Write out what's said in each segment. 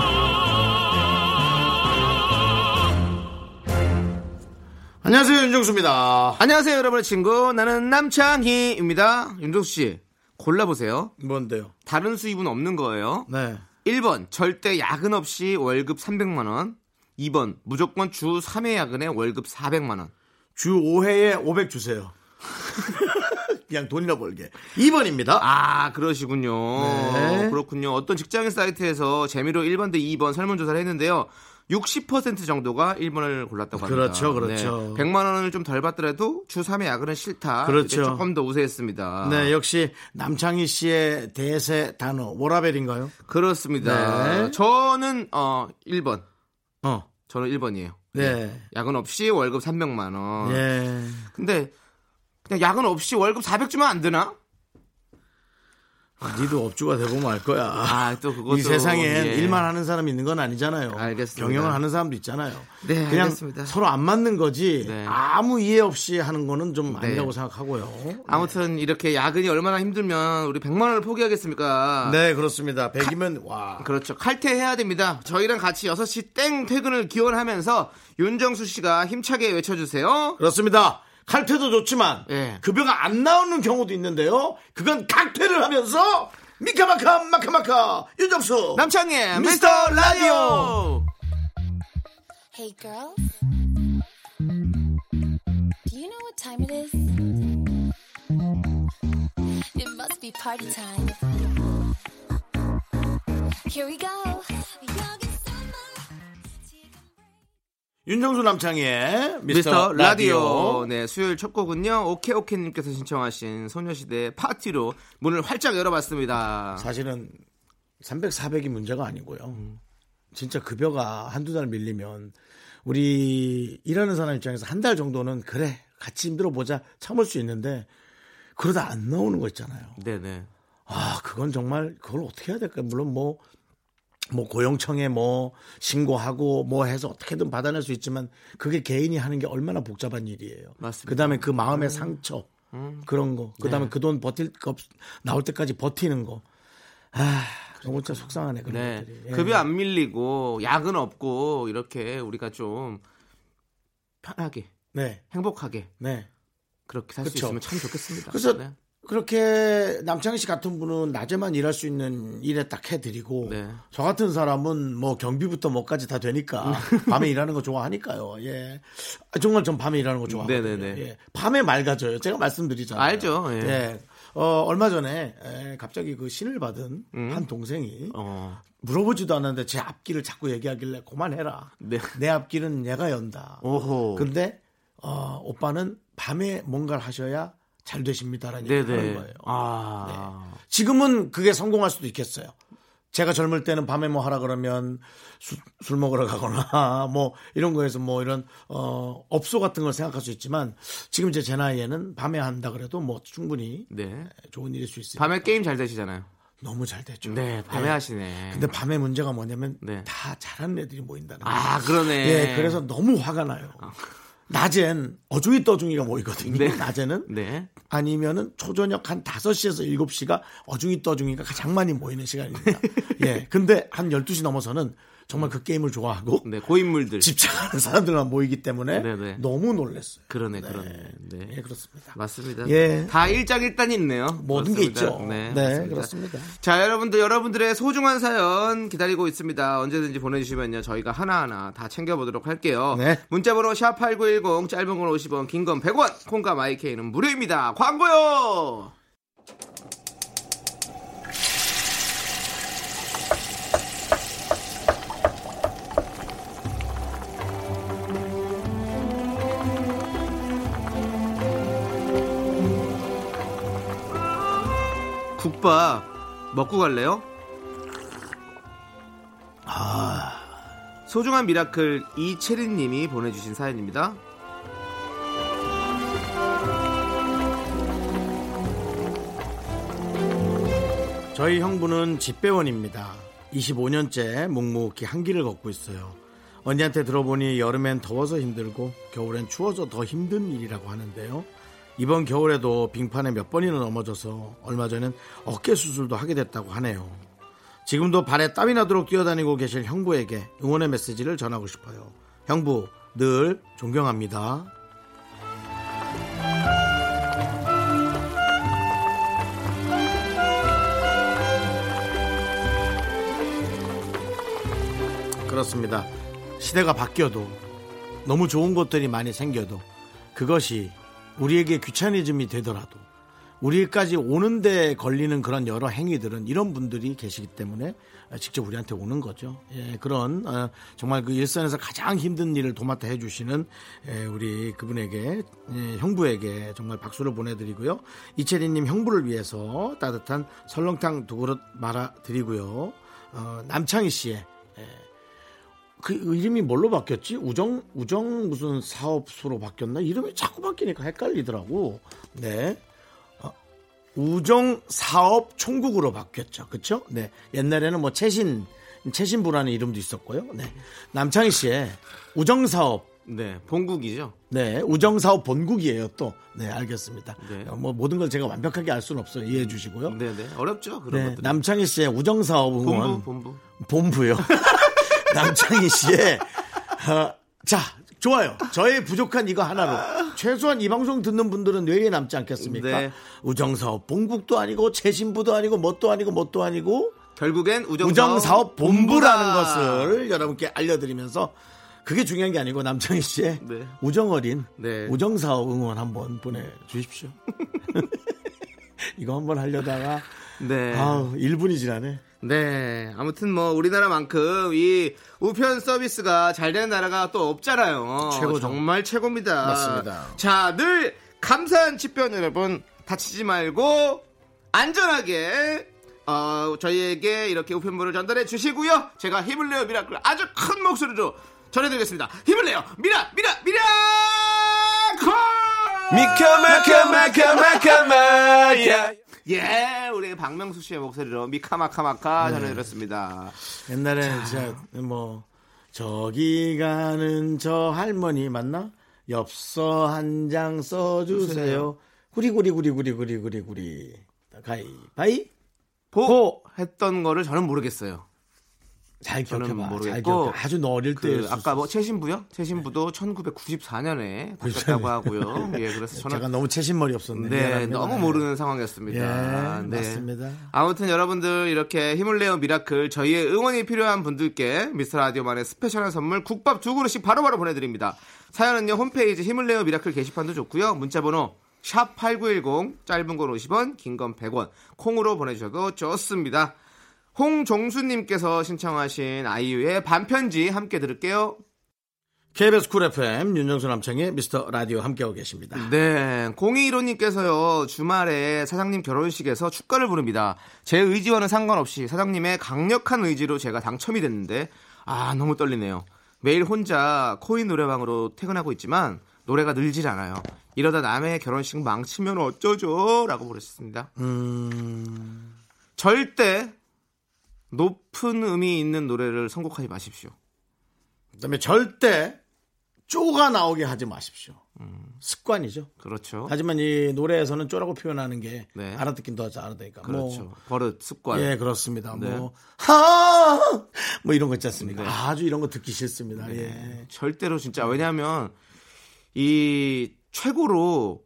안녕하세요 윤정수입니다. 안녕하세요, 여러분의 친구. 나는 남창희입니다. 윤종수 씨, 골라보세요. 뭔데요? 다른 수입은 없는 거예요. 네. 1번, 절대 야근 없이 월급 300만원. 2번, 무조건 주 3회 야근에 월급 400만원. 주 5회에 500 주세요. 그냥 돈이나 벌게. 2번입니다. 아, 그러시군요. 네. 그렇군요. 어떤 직장인 사이트에서 재미로 1번 대 2번 설문조사를 했는데요. 60% 정도가 1번을 골랐다고 합니다. 그렇죠, 그렇죠. 100만 원을 좀 덜 받더라도 주 3회 야근은 싫다. 그렇죠. 이렇게 조금 더 우세했습니다. 네, 역시 남창희 씨의 대세 단어 워라벨인가요? 그렇습니다. 네. 저는 어 1번. 어. 저는 1번이에요. 네. 야근 없이 월급 300만 원. 예. 근데 그냥 야근 없이 월급 400 주면 안 되나? 아. 니도 업주가 되보면 알 거야. 아, 또 그것도, 이 세상에 예. 일만 하는 사람이 있는 건 아니잖아요. 알겠습니다. 경영을 하는 사람도 있잖아요. 네, 그냥 알겠습니다. 서로 안 맞는 거지 네. 아무 이해 없이 하는 거는 좀 네. 아니라고 생각하고요. 아무튼 이렇게 야근이 얼마나 힘들면 우리 100만 원을 포기하겠습니까? 네, 그렇습니다. 100이면 와. 그렇죠. 칼퇴해야 됩니다. 저희랑 같이 6시 땡 퇴근을 기원하면서 윤정수 씨가 힘차게 외쳐주세요. 그렇습니다. 칼퇴도 좋지만 예. 급여가 안 나오는 경우도 있는데요. 그건 각퇴를 하면서 미카마카 마카마카 윤정수 남창희의 미스터 라디오. Hey girls. Do you know what time it is? It must be party time. Here we go. 윤정수 남창희의 미스터 라디오. 네, 수요일 첫 곡은요. 오케오케님께서 신청하신 소녀시대 파티로 문을 활짝 열어봤습니다. 사실은 300, 400이 문제가 아니고요. 진짜 급여가 한두 달 밀리면 우리 일하는 사람 입장에서 한 달 정도는 그래 같이 힘들어 보자 참을 수 있는데 그러다 안 나오는 거 있잖아요. 네네. 아, 그건 정말 그걸 어떻게 해야 될까? 물론 뭐, 뭐 고용청에 뭐 신고하고 뭐 해서 어떻게든 받아낼 수 있지만 그게 개인이 하는 게 얼마나 복잡한 일이에요. 맞습니다. 그다음에 그 마음의 상처 그런 거, 그다음에 네. 그 돈 버틸 거 없- 나올 때까지 버티는 거. 아, 너무 진짜 속상하네 그런 네. 것들이. 예. 급여 안 밀리고, 야근 없고, 이렇게 우리가 좀 편하게, 네, 행복하게 네. 그렇게 살 수 그쵸. 있으면 참 좋겠습니다. 그래서 네. 그렇게 남창희 씨 같은 분은 낮에만 일할 수 있는 일에 딱 해드리고 네. 저 같은 사람은 뭐 경비부터 뭐까지 다 되니까 음. 밤에 일하는 거 좋아하니까요. 예, 아, 정말 전 밤에 일하는 거 좋아하거든요. 네네네. 예. 밤에 맑아져요. 제가 말씀드리잖아요. 알죠, 예. 어, 얼마 전에 예, 갑자기 그 신을 받은 한 동생이 음. 어. 물어보지도 않았는데 제 앞길을 자꾸 얘기하길래 그만해라. 네. 내 앞길은 얘가 연다. 오호. 근데 어, 오빠는 밤에 뭔가를 하셔야 잘 되십니다라는 얘기를 하는 네네. 거예요. 아. 지금은 그게 성공할 수도 있겠어요. 제가 젊을 때는 밤에 뭐 하라 그러면 수- 술 먹으러 가거나 뭐 이런 거에서 뭐 이런 어 업소 같은 걸 생각할 수 있지만 지금 이제 제 나이에는 밤에 한다 그래도 뭐 충분히 네. 좋은 일일 수 있어요. 밤에 게임 잘 되시잖아요. 너무 잘 되죠. 네, 밤에 네. 하시네. 근데 밤에 문제가 뭐냐면 네. 다 잘하는 애들이 모인다는 거예요. 아, 그러네. 아. 예, 그래서 너무 화가 나요. 낮엔 어중이 떠중이가 모이거든요. 네. 낮에는 네. 아니면은 초저녁 한 5시에서 7시가 어중이 떠중이가 가장 많이 모이는 시간입니다. 예. 근데 한 12시 넘어서는 정말 그 게임을 좋아하고 네, 고인물들. 집착하는 사람들만 모이기 때문에 네네. 너무 놀랐어요. 그러네, 그러네. 네. 예, 그렇습니다. 맞습니다. 예. 다 일장일단이 있네요. 모든 게 그렇습니다. 있죠. 네, 네, 맞습니다. 그렇습니다. 자, 여러분들, 여러분들의 소중한 사연 기다리고 있습니다. 언제든지 보내주시면요. 저희가 하나하나 다 챙겨보도록 할게요. 네. 어, 문자번호 샵8910, 짧은 건 50원, 긴 건 100원, 콩과 마이케이는 무료입니다. 광고요! 국밥 먹고 갈래요? 소중한 미라클 이채린 님이 보내주신 사연입니다. 저희 형부는 집배원입니다. 25년째 묵묵히 한길을 걷고 있어요. 언니한테 들어보니 여름엔 더워서 힘들고 겨울엔 추워서 더 힘든 일이라고 하는데요. 이번 겨울에도 빙판에 몇 번이나 넘어져서 얼마 전엔 어깨 수술도 하게 됐다고 하네요. 지금도 발에 땀이 나도록 뛰어다니고 계실 형부에게 응원의 메시지를 전하고 싶어요. 형부 늘 존경합니다. 그렇습니다. 시대가 바뀌어도 너무 좋은 것들이 많이 생겨도 그것이 우리에게 귀차니즘이 되더라도 우리까지 오는데 걸리는 그런 여러 행위들은 이런 분들이 계시기 때문에 직접 우리한테 오는 거죠. 예, 그런 어, 정말 그 일선에서 가장 힘든 일을 도맡아 해주시는 예, 우리 그분에게 예, 형부에게 정말 박수를 보내드리고요. 이채린님 형부를 위해서 따뜻한 설렁탕 두 그릇 말아드리고요. 어, 남창희 씨의 그 이름이 뭘로 바뀌었지? 우정 우정 무슨 사업소로 바뀌었나? 이름이 자꾸 바뀌니까 헷갈리더라고. 네. 어, 우정 사업 총국으로 바뀌었죠. 그렇죠? 네. 옛날에는 뭐 최신 최신부라는 이름도 있었고요. 네. 남창희 씨의 우정 사업 네, 본국이죠. 네, 우정사업 본국이에요 또. 네, 알겠습니다. 네. 어, 뭐 모든 걸 제가 완벽하게 알 수는 없어요. 이해해 주시고요. 네, 네. 어렵죠. 그런 네, 것들. 남창희 씨의 우정사업 응원 본부, 본부. 본부요. 남창희 씨의 어, 자 좋아요. 저의 부족한 이거 하나로 최소한 이 방송 듣는 분들은 뇌에 남지 않겠습니까? 네. 우정사업 본국도 아니고 재신부도 아니고 뭣도 아니고 뭣도 아니고 결국엔 우정사업, 우정사업 본부라는 본부다. 것을 여러분께 알려드리면서 그게 중요한 게 아니고 남창희 씨의 네. 우정어린 네. 우정사업 응원 한번 보내주십시오. 이거 한번 하려다가 네. 아우 1분이 지나네. 네. 아무튼 뭐 우리나라만큼 이 우편 서비스가 잘 되는 나라가 또 없잖아요. 최고죠. 정말 최고입니다. 맞습니다. 아, 자, 늘 감사한 집변 여러분 다치지 말고 안전하게 어, 저희에게 이렇게 우편물을 전달해 주시고요. 제가 힘을 내요 미라클 아주 큰 목소리로 전해드리겠습니다. 힘을 내요 미라 미라 미라클 미카마카마카마카마 예. 예, 우리 박명수 씨의 목소리로 미카마카마카 네. 전해드렸습니다. 옛날에 진짜 뭐 저기 가는 저 할머니 맞나? 엽서 한 장 써주세요. 구리구리구리구리구리구리구리 가이바이 보, 했던 거를 저는 모르겠어요. 잘 저는 기억해봐. 잘 모르겠고, 기억해. 아주 너 어릴 그 때 아까 뭐 네. 최신부요? 최신부도 1994년에 바뀌었다고 하고요. 예, 그래서 네, 제가 저는 너무 채신머리 없었네. 네, 미안합니다. 너무 모르는 상황이었습니다. 예, 네. 맞습니다. 아무튼 여러분들 이렇게 힘을 내어 미라클 저희의 응원이 필요한 분들께 미스터 라디오만의 스페셜한 선물 국밥 두 그릇씩 바로바로 보내드립니다. 사연은요 홈페이지 힘을 내어 미라클 게시판도 좋고요 문자번호 샵 #8910 짧은 건 50원, 긴 건 100원 콩으로 보내주셔도 좋습니다. 홍종수님께서 신청하신 아이유의 반편지 함께 들을게요. KBS 쿨 FM 윤정수 남창의 미스터 라디오 함께하고 계십니다. 네, 0215님께서요, 주말에 사장님 결혼식에서 축가를 부릅니다. 제 의지와는 상관없이 사장님의 강력한 의지로 제가 당첨이 됐는데, 아, 너무 떨리네요. 매일 혼자 코인 노래방으로 퇴근하고 있지만, 노래가 늘질 않아요. 이러다 남의 결혼식 망치면 어쩌죠? 라고 물으셨습니다. 절대 높은 음이 있는 노래를 선곡하지 마십시오. 그다음에 절대 쪼가 나오게 하지 마십시오. 음. 습관이죠. 그렇죠. 하지만 이 노래에서는 쪼라고 표현하는 게 네. 알아듣긴 더 알아듣니까. 그렇죠. 뭐, 버릇, 습관. 예, 그렇습니다. 네. 뭐, 하! 뭐 이런 거 있지 않습니까? 네. 아주 이런 거 듣기 싫습니다. 예. 절대로 진짜 왜냐하면 이 최고로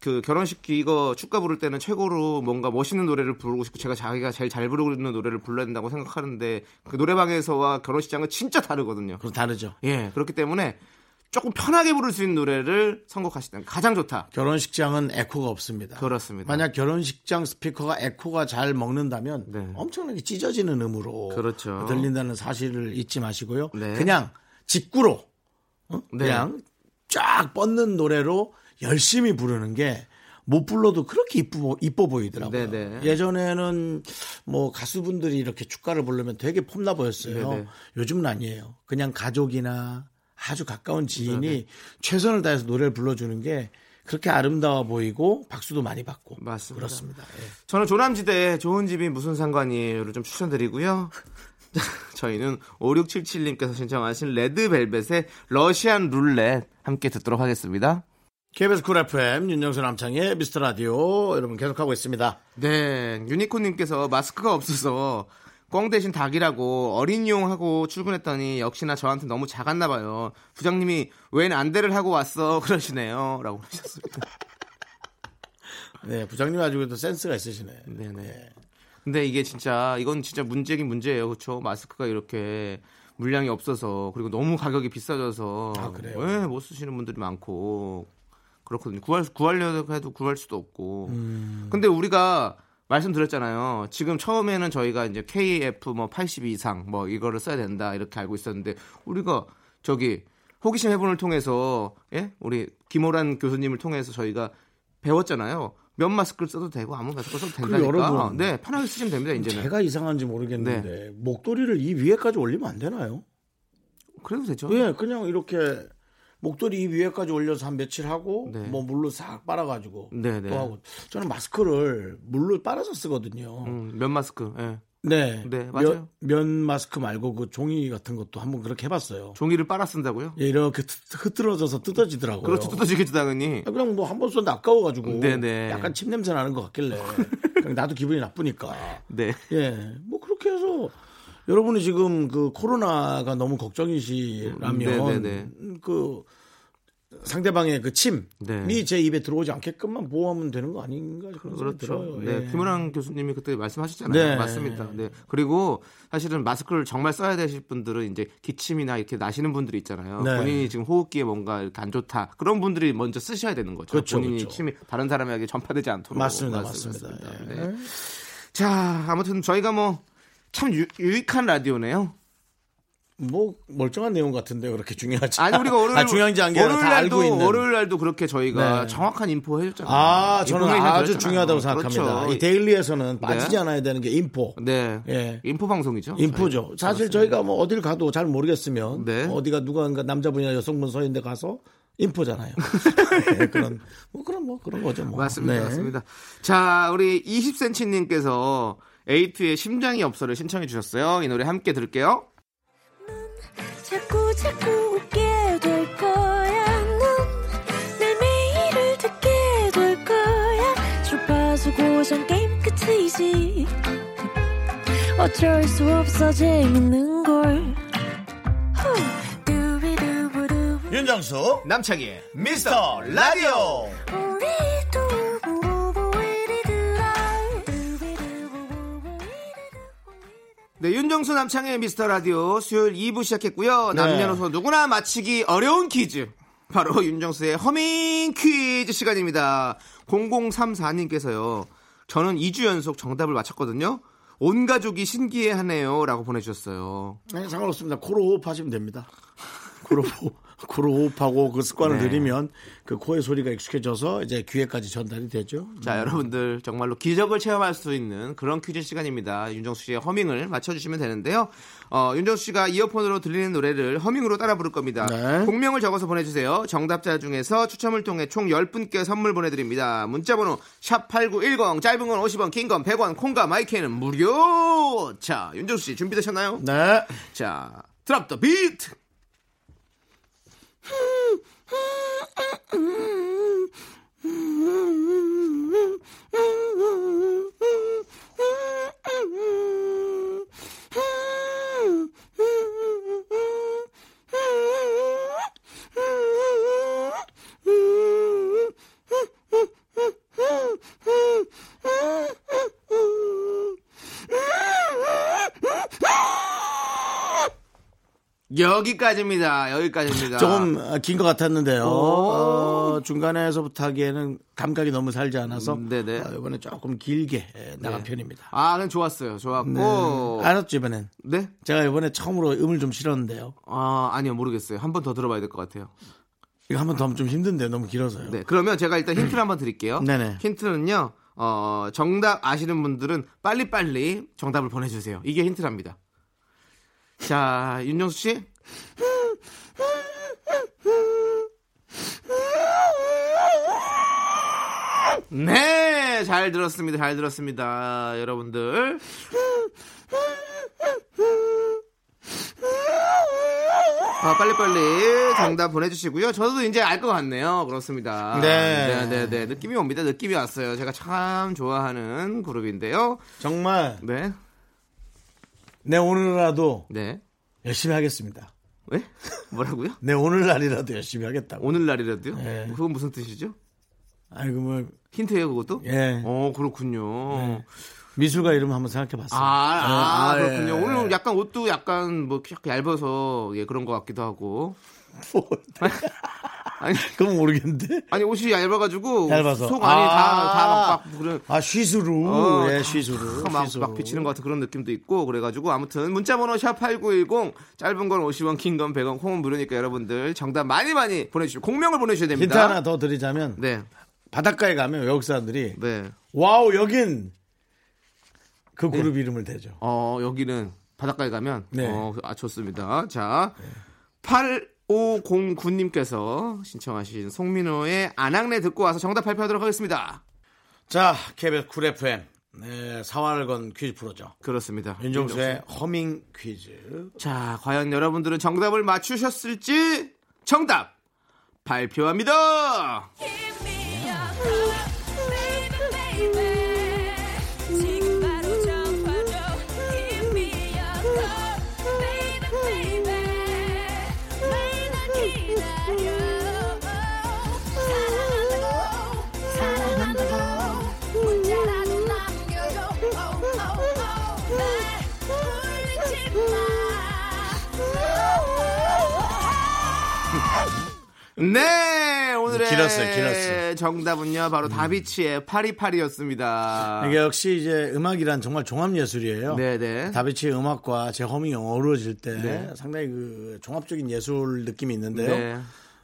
그 결혼식 이거 축가 부를 때는 최고로 뭔가 멋있는 노래를 부르고 싶고 제가 자기가 제일 잘 부르는 노래를 불러야 된다고 생각하는데 그 노래방에서와 결혼식장은 진짜 다르거든요. 그럼 다르죠. 예 그렇기 때문에 조금 편하게 부를 수 있는 노래를 선곡하시는 게 가장 좋다. 결혼식장은 에코가 없습니다. 그렇습니다. 만약 결혼식장 스피커가 에코가 잘 먹는다면 네. 엄청나게 찢어지는 음으로 그렇죠. 들린다는 사실을 잊지 마시고요. 네. 그냥 직구로 어? 네. 그냥 쫙 뻗는 노래로 열심히 부르는 게 못 불러도 그렇게 이쁘, 보- 이뻐 보이더라고요. 네네. 예전에는 뭐 가수분들이 이렇게 축가를 부르면 되게 폼나 보였어요. 네네. 요즘은 아니에요. 네, 그냥 가족이나 아주 가까운 지인이 최선을 다해서 노래를 불러주는 게 그렇게 아름다워 보이고 박수도 많이 받고 맞습니다. 그렇습니다. 예. 저는 조남지대의 좋은 집이 무슨 상관이에요를 좀 추천드리고요. 저희는 5677님께서 신청하신 레드벨벳의 러시안 룰렛 함께 듣도록 하겠습니다. KBS 쿨 FM 윤정수 남창의 미스터 라디오 여러분 계속하고 있습니다. 네, 유니콘님께서 마스크가 없어서 꽝 대신 닭이라고 어린이용하고 출근했더니 역시나 저한테 너무 작았나 봐요. 부장님이 웬 안대를 하고 왔어 그러시네요. 라고 하셨습니다. 네 부장님 아주 그래도 센스가 있으시네. 네네. 예. 근데 이게 진짜 이건 진짜 문제긴 문제예요. 그렇죠? 마스크가 이렇게 물량이 없어서 그리고 너무 가격이 비싸져서 아, 그래요? 예, 못 쓰시는 분들이 많고 그렇거든요. 구할 구하려고 해도 구할 수도 없고. 음. 근데 우리가 말씀드렸잖아요. 지금 처음에는 저희가 이제 KF 뭐 80 이상 뭐 이거를 써야 된다 이렇게 알고 있었는데 우리가 저기 호기심 해본을 통해서 예? 우리 김호란 교수님을 통해서 저희가 배웠잖아요. 면 마스크를 써도 되고 아무 마스크 써도 된다니까. 여러분. 네, 편하게 쓰시면 됩니다. 이제는 네. 제가 이상한지 모르겠는데 목도리를 이 위에까지 올리면 안 되나요? 그래도 되죠. 예, 그냥 이렇게 목도리 이 위에까지 올려서 한 며칠 하고 네. 뭐 물로 싹 빨아가지고 네, 네. 또 하고 저는 마스크를 물로 빨아서 쓰거든요. 음, 면 마스크. 예. 네, 네, 면- 맞아요. 면 마스크 말고 그 종이 같은 것도 한번 그렇게 해봤어요. 종이를 빨아 쓴다고요? 예, 이렇게 트- 흐트러져서 뜯어지더라고요. 그렇죠. 뜯어지겠죠, 당연히. 아, 그냥 뭐 한 번 썼는데 아까워가지고 네네. 약간 침 냄새 나는 것 같길래 그냥 나도 기분이 나쁘니까 네. 예 뭐 그렇게 해서 여러분이 지금 그 코로나가 너무 걱정이시라면 음, 네네네. 그 상대방의 그 침이 네. 제 입에 들어오지 않게끔만 보호하면 되는 거 아닌가 그런 생각이 그렇죠. 들어요. 네, 예. 김은환 교수님이 그때 말씀하셨잖아요. 네. 맞습니다. 네. 그리고 사실은 마스크를 정말 써야 되실 분들은 이제 기침이나 이렇게 나시는 분들이 있잖아요. 네. 본인이 지금 호흡기에 뭔가 이렇게 안 좋다. 그런 분들이 먼저 쓰셔야 되는 거죠. 그렇죠, 본인이 그렇죠. 침이 다른 사람에게 전파되지 않도록. 맞습니다, 맞습니다. 예. 네. 자, 아무튼 저희가 뭐 참 유익한 라디오네요. 뭐 멀쩡한 내용 같은데 그렇게 중요하지? 아니 우리가 월요일 아, 중요한지 안 게다 월요일날도- 알고 있는. 월요일날도 그렇게 저희가 네. 정확한 인포 해줬잖아요. 아 저는 인포메이션 아주 드렸잖아요. 중요하다고 생각합니다. 그렇죠. 이 데일리에서는 빠지지 않아야 되는 게 인포. 네. 예. 인포 방송이죠. 인포죠. 사실 저희가 뭐 어딜 가도 잘 모르겠으면 뭐 네. 어디가 누가 남자분이나 여성분 서 있는데 가서 인포잖아요. 네, 그런 뭐 그런 뭐 그런 거죠. 뭐. 맞습니다. 네. 맞습니다. 자, 우리 20cm님께서 에이트의 심장이 없어를 신청해 주셨어요. 이 노래 함께 들을게요. 자꾸 자꾸 웃게 될 거야. 넌내 매일을 듣게 될 거야. 주파수 고정 게임 끝이지. 어쩔 수 없어 재밌는 걸. 후. 두비두부두. 윤정수 남창희의 미스터 라디오. 우리 두부부부 우리들아. 두비두부부부 우리들아. 네, 윤정수 남창의 미스터 라디오 수요일 2부 시작했고요. 네. 남녀노소 누구나 맞히기 어려운 퀴즈. 바로 윤정수의 허밍 퀴즈 시간입니다. 0034님께서요. 저는 2주 연속 정답을 맞췄거든요. 온 가족이 신기해하네요. 라고 보내주셨어요. 아니 네, 상관없습니다. 코로 호흡하시면 됩니다. 코로 호흡- 코로 호흡하고 그 습관을 네. 들이면 그 코의 소리가 익숙해져서 이제 귀에까지 전달이 되죠. 자, 여러분들 정말로 기적을 체험할 수 있는 그런 퀴즈 시간입니다. 윤정수 씨의 허밍을 맞춰주시면 되는데요. 어, 윤정수 씨가 이어폰으로 들리는 노래를 허밍으로 따라 부를 겁니다. 네. 공명을 적어서 보내주세요. 정답자 중에서 추첨을 통해 총 10분께 선물 보내드립니다. 문자번호 샵8910 짧은 건 50원, 긴 건 100원, 콩과 마이크는 무료! 자, 윤정수 씨 준비되셨나요? 네. 자, 드랍 더 비트! 여기까지입니다. 여기까지입니다. 아, 조금 긴 것 같았는데요. 오. 어, 중간에서부터 하기에는 감각이 너무 살지 않아서 음, 네네. 어, 이번에 조금 길게 예, 나간 편입니다. 아, 그건 좋았어요. 좋았고. 알았죠 이번엔. 네? 제가 이번에 처음으로 음을 좀 실었는데요. 아, 아니요, 모르겠어요. 한 번 더 들어봐야 될 것 같아요. 이거 한 번 더 하면 좀 힘든데 너무 길어서요. 네, 그러면 제가 일단 힌트를 한번 드릴게요. 네네. 힌트는요, 어, 정답 아시는 분들은 빨리빨리 정답을 보내주세요. 이게 힌트랍니다. 자, 윤정수 씨. 네, 잘 들었습니다. 잘 들었습니다. 여러분들. 아, 빨리빨리 정답 보내주시고요. 저도 이제 알 것 같네요. 그렇습니다. 네. 네, 네, 네. 느낌이 옵니다. 느낌이 왔어요. 제가 참 좋아하는 그룹인데요. 정말 네, 내 오늘이라도 네. 열심히 하겠습니다. 왜? 뭐라고요? 내 오늘날이라도 열심히 하겠다고. 오늘날이라도요? 네. 그건 무슨 뜻이죠? 아니 그뭐 힌트예요, 그것도? 예. 네. 어, 그렇군요. 미술가 이름 한번 생각해 봤어요. 아, 아, 그렇죠. 네. 아, 예. 그렇군요. 오늘 뭐 약간 옷도 약간 뭐 키- 얇아서 예, 그런 것 같기도 하고. 아니, 뭐, 그건 모르겠는데. 아니 옷이 얇아가지고 얇아서. 속 안이 아. 다다막 막 그런 아 쉬수루. 어, 예, 다- 쉬수루. 막, 쉬수루. 막 비치는 것 같은 그런 느낌도 있고 그래가지고 아무튼 문자번호 샵8910 짧은 건 50원 긴 건 100원 콩은 무료니까 여러분들 정답 많이 많이 보내주시고 공명을 보내주셔야 됩니다 힌트 하나 더 드리자면 네, 바닷가에 가면 외국 사람들이 네. 와우 여긴 그 그룹 이름을 대죠. 어, 여기는 바닷가에 가면 네. 어, 아 좋습니다. 자. 8509님께서 신청하신 송민호의 안악내 듣고 와서 정답 발표하도록 하겠습니다. 자, KBS 쿨 FM 네, 사활 건 퀴즈 프로죠. 그렇습니다. 윤종수의 허밍 퀴즈. 자, 과연 여러분들은 정답을 맞추셨을지 정답 발표합니다. 네, 오늘의 길었어요, 길었어. 정답은요. 바로 다비치의 파리파리였습니다. 이게 역시 이제 음악이란 정말 종합 예술이에요. 네, 네. 다비치의 음악과 제 허밍이 어우러질 때 네. 상당히 그 종합적인 예술 느낌이 있는데요.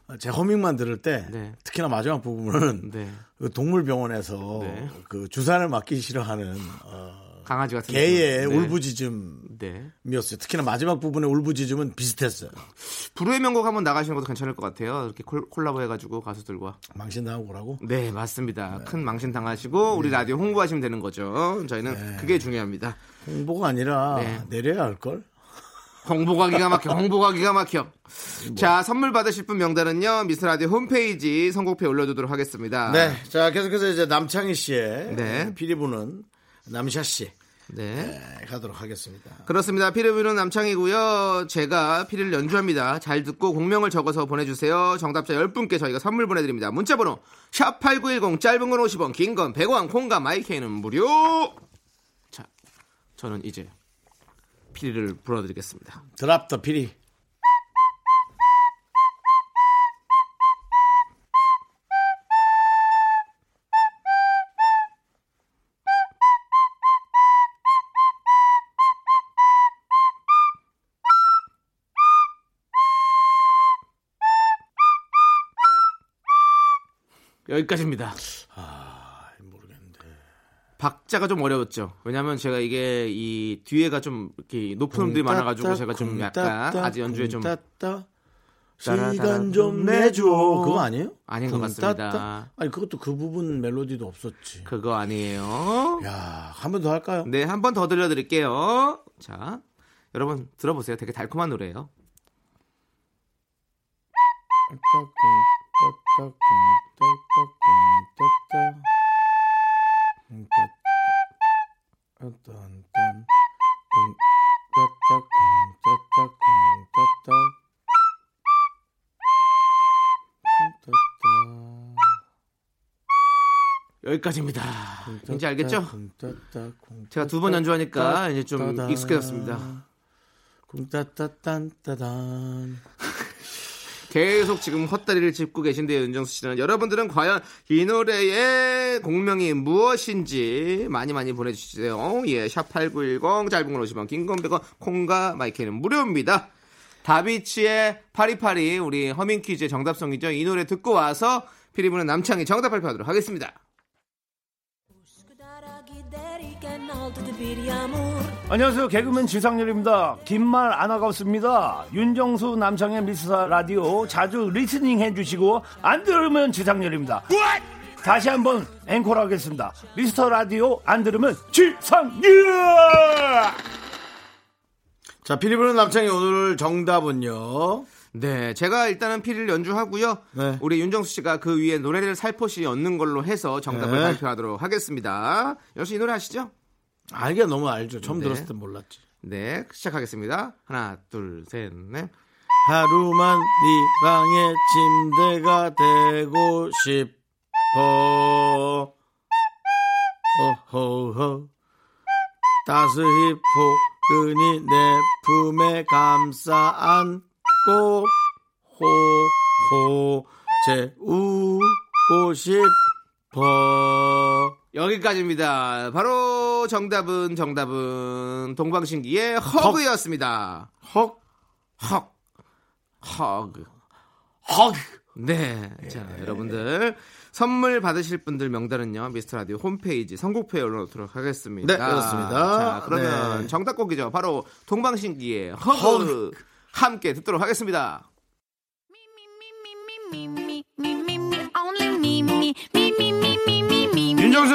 어, 네. 제 허밍만 들을 때 네. 특히나 마지막 부분은 네. 그 동물병원에서 네. 그 주사를 맞기 싫어하는 어, 강아지 같은 개의 느낌. 네. 울부짖음이었어요. 네. 특히나 마지막 부분의 울부짖음은 비슷했어요. 불후의 명곡 한번 나가시는 것도 괜찮을 것 같아요. 이렇게 콜, 콜라보 해가지고 가수들과. 망신당하고 오라고. 네, 맞습니다. 큰 망신 당하시고 우리 라디오 홍보하시면 되는 거죠. 저희는 그게 중요합니다. 홍보가 아니라 네. 내려야 할 걸. 홍보가 기가 막혀, 홍보가 기가 막혀. 자, 선물 받으실 분 명단은요, 미스라디오 홈페이지 선곡표에 올려두도록 하겠습니다. 네, 자 계속해서 이제 남창희 씨의 아. 네. 피리부는 남샤 씨 네. 네, 가도록 하겠습니다. 그렇습니다. 피리뷰는 남창이고요. 제가 피리를 연주합니다. 잘 듣고 공명을 적어서 보내주세요. 정답자 10분께 저희가 선물 보내드립니다. 문자번호 샵8910 짧은 건 50원 긴 건 100원 콩과 마이케이는 무료 자 저는 이제 피리를 불어드리겠습니다. 드랍 더 피리. 여기까지입니다. 모르겠는데. 박자가 좀 어려웠죠. 왜냐하면 제가 이게 이 뒤에가 좀 이렇게 높은 음들이 많아가지고 제가 좀 약간 아직 연주에 좀 따따. 따라따라 시간 좀 내줘. 그거 아니에요? 아닌 것 쿵따따? 같습니다. 아니 그것도 그 부분 멜로디도 없었지. 그거 아니에요. 야, 한 번 더 할까요? 네, 한 번 더 들려드릴게요. 자, 여러분 들어보세요. 되게 달콤한 노래예요. 여기까지입니다. 이제 알겠죠? 제가 두 번 연주하니까 이제 좀 익숙해졌습니다. 쿵따따딴따단. 계속 지금 헛다리를 짚고 계신데요, 윤정수 씨는. 여러분들은 과연 이 노래의 공명이 무엇인지 많이 많이 보내주세요. 어, 예, 샵8910, 짧은 건 50원, 긴건 100원, 콩과 마이크는 무료입니다. 다비치의 파리파리, 우리 허밍 퀴즈의 정답송이죠. 이 노래 듣고 와서 피리부는 남창이 정답 발표하도록 하겠습니다. 안녕하세요 개그맨 지상렬입니다 긴 말 안 아깝습니다 윤정수 남창의 미스터 라디오 자주 리스닝 해주시고 안 들으면 지상렬입니다 다시 한번 앵콜하겠습니다. 미스터 라디오 안 들으면 지상렬! 자, 피리부는 남창이 오늘 정답은요. 네, 제가 일단은 피리를 연주하고요. 네. 우리 윤정수 씨가 그 위에 노래를 살포시 얹는 걸로 해서 정답을 네. 발표하도록 하겠습니다. 역시 이 노래 아시죠? 알게 너무 알죠. 처음 네. 들었을 땐 몰랐지. 네, 시작하겠습니다. 하나, 둘, 셋, 넷. 하루만 네 방의 침대가 되고 싶어. 오호호. 따스히 포근히 내 품에 감싸 안고 호호 재우고 싶어. 여기까지입니다. 바로 정답은 정답은 동방신기의 허그였습니다. 헉, 허그. 허그. 헉. 네. 자, 여러분들. 선물 받으실 분들 명단은요, 미스터 라디오 홈페이지 선곡표에 올려놓도록 하겠습니다. 네, 그렇습니다. 자, 그러면 네. 정답곡이죠. 바로 동방신기의 허그. 함께 듣도록 하겠습니다. 윤정수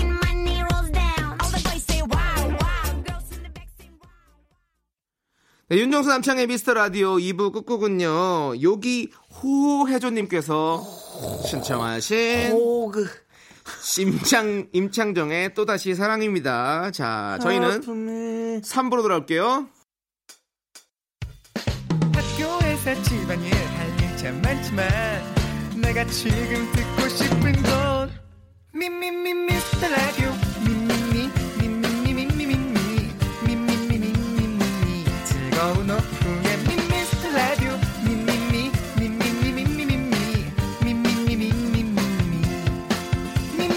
and my knee rolls down. All the boys say wow, wow. Girls in the back say wow. 네, 윤정수 남창의 미스터라디오 2부 끝곡은요 여기 호호해조님께서 신청하신 오그 심창, 임창정의 또다시 사랑입니다 자 저희는 3부로 돌아올게요 학교에서 집안일 할 일 참 많지만 내가 지금 듣고 싶은 건 미미미 미스터 라디오 미미미 미미미 미미미 미미미 미미미 미미미 즐거운 오후에 미스터 라디오 미미미 미미미 미미미 미미미 미미미 미미미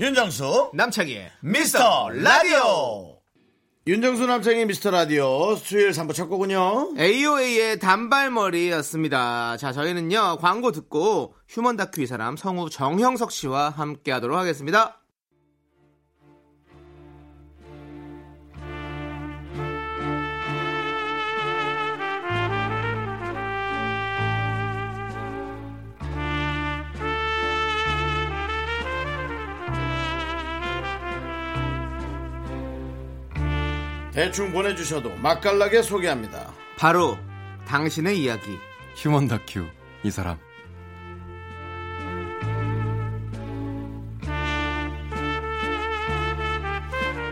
윤정수 남창희의 미스터 라디오 윤정수 남창의 미스터 라디오 수요일 3부 첫 곡은요 AOA의 단발머리였습니다. 자, 저희는요, 광고 듣고 휴먼 다큐 이 사람 성우 정형석 씨와 함께 하도록 하겠습니다. 대충 보내주셔도 맛깔나게 소개합니다 바로 당신의 이야기. 휴먼 다큐 이 사람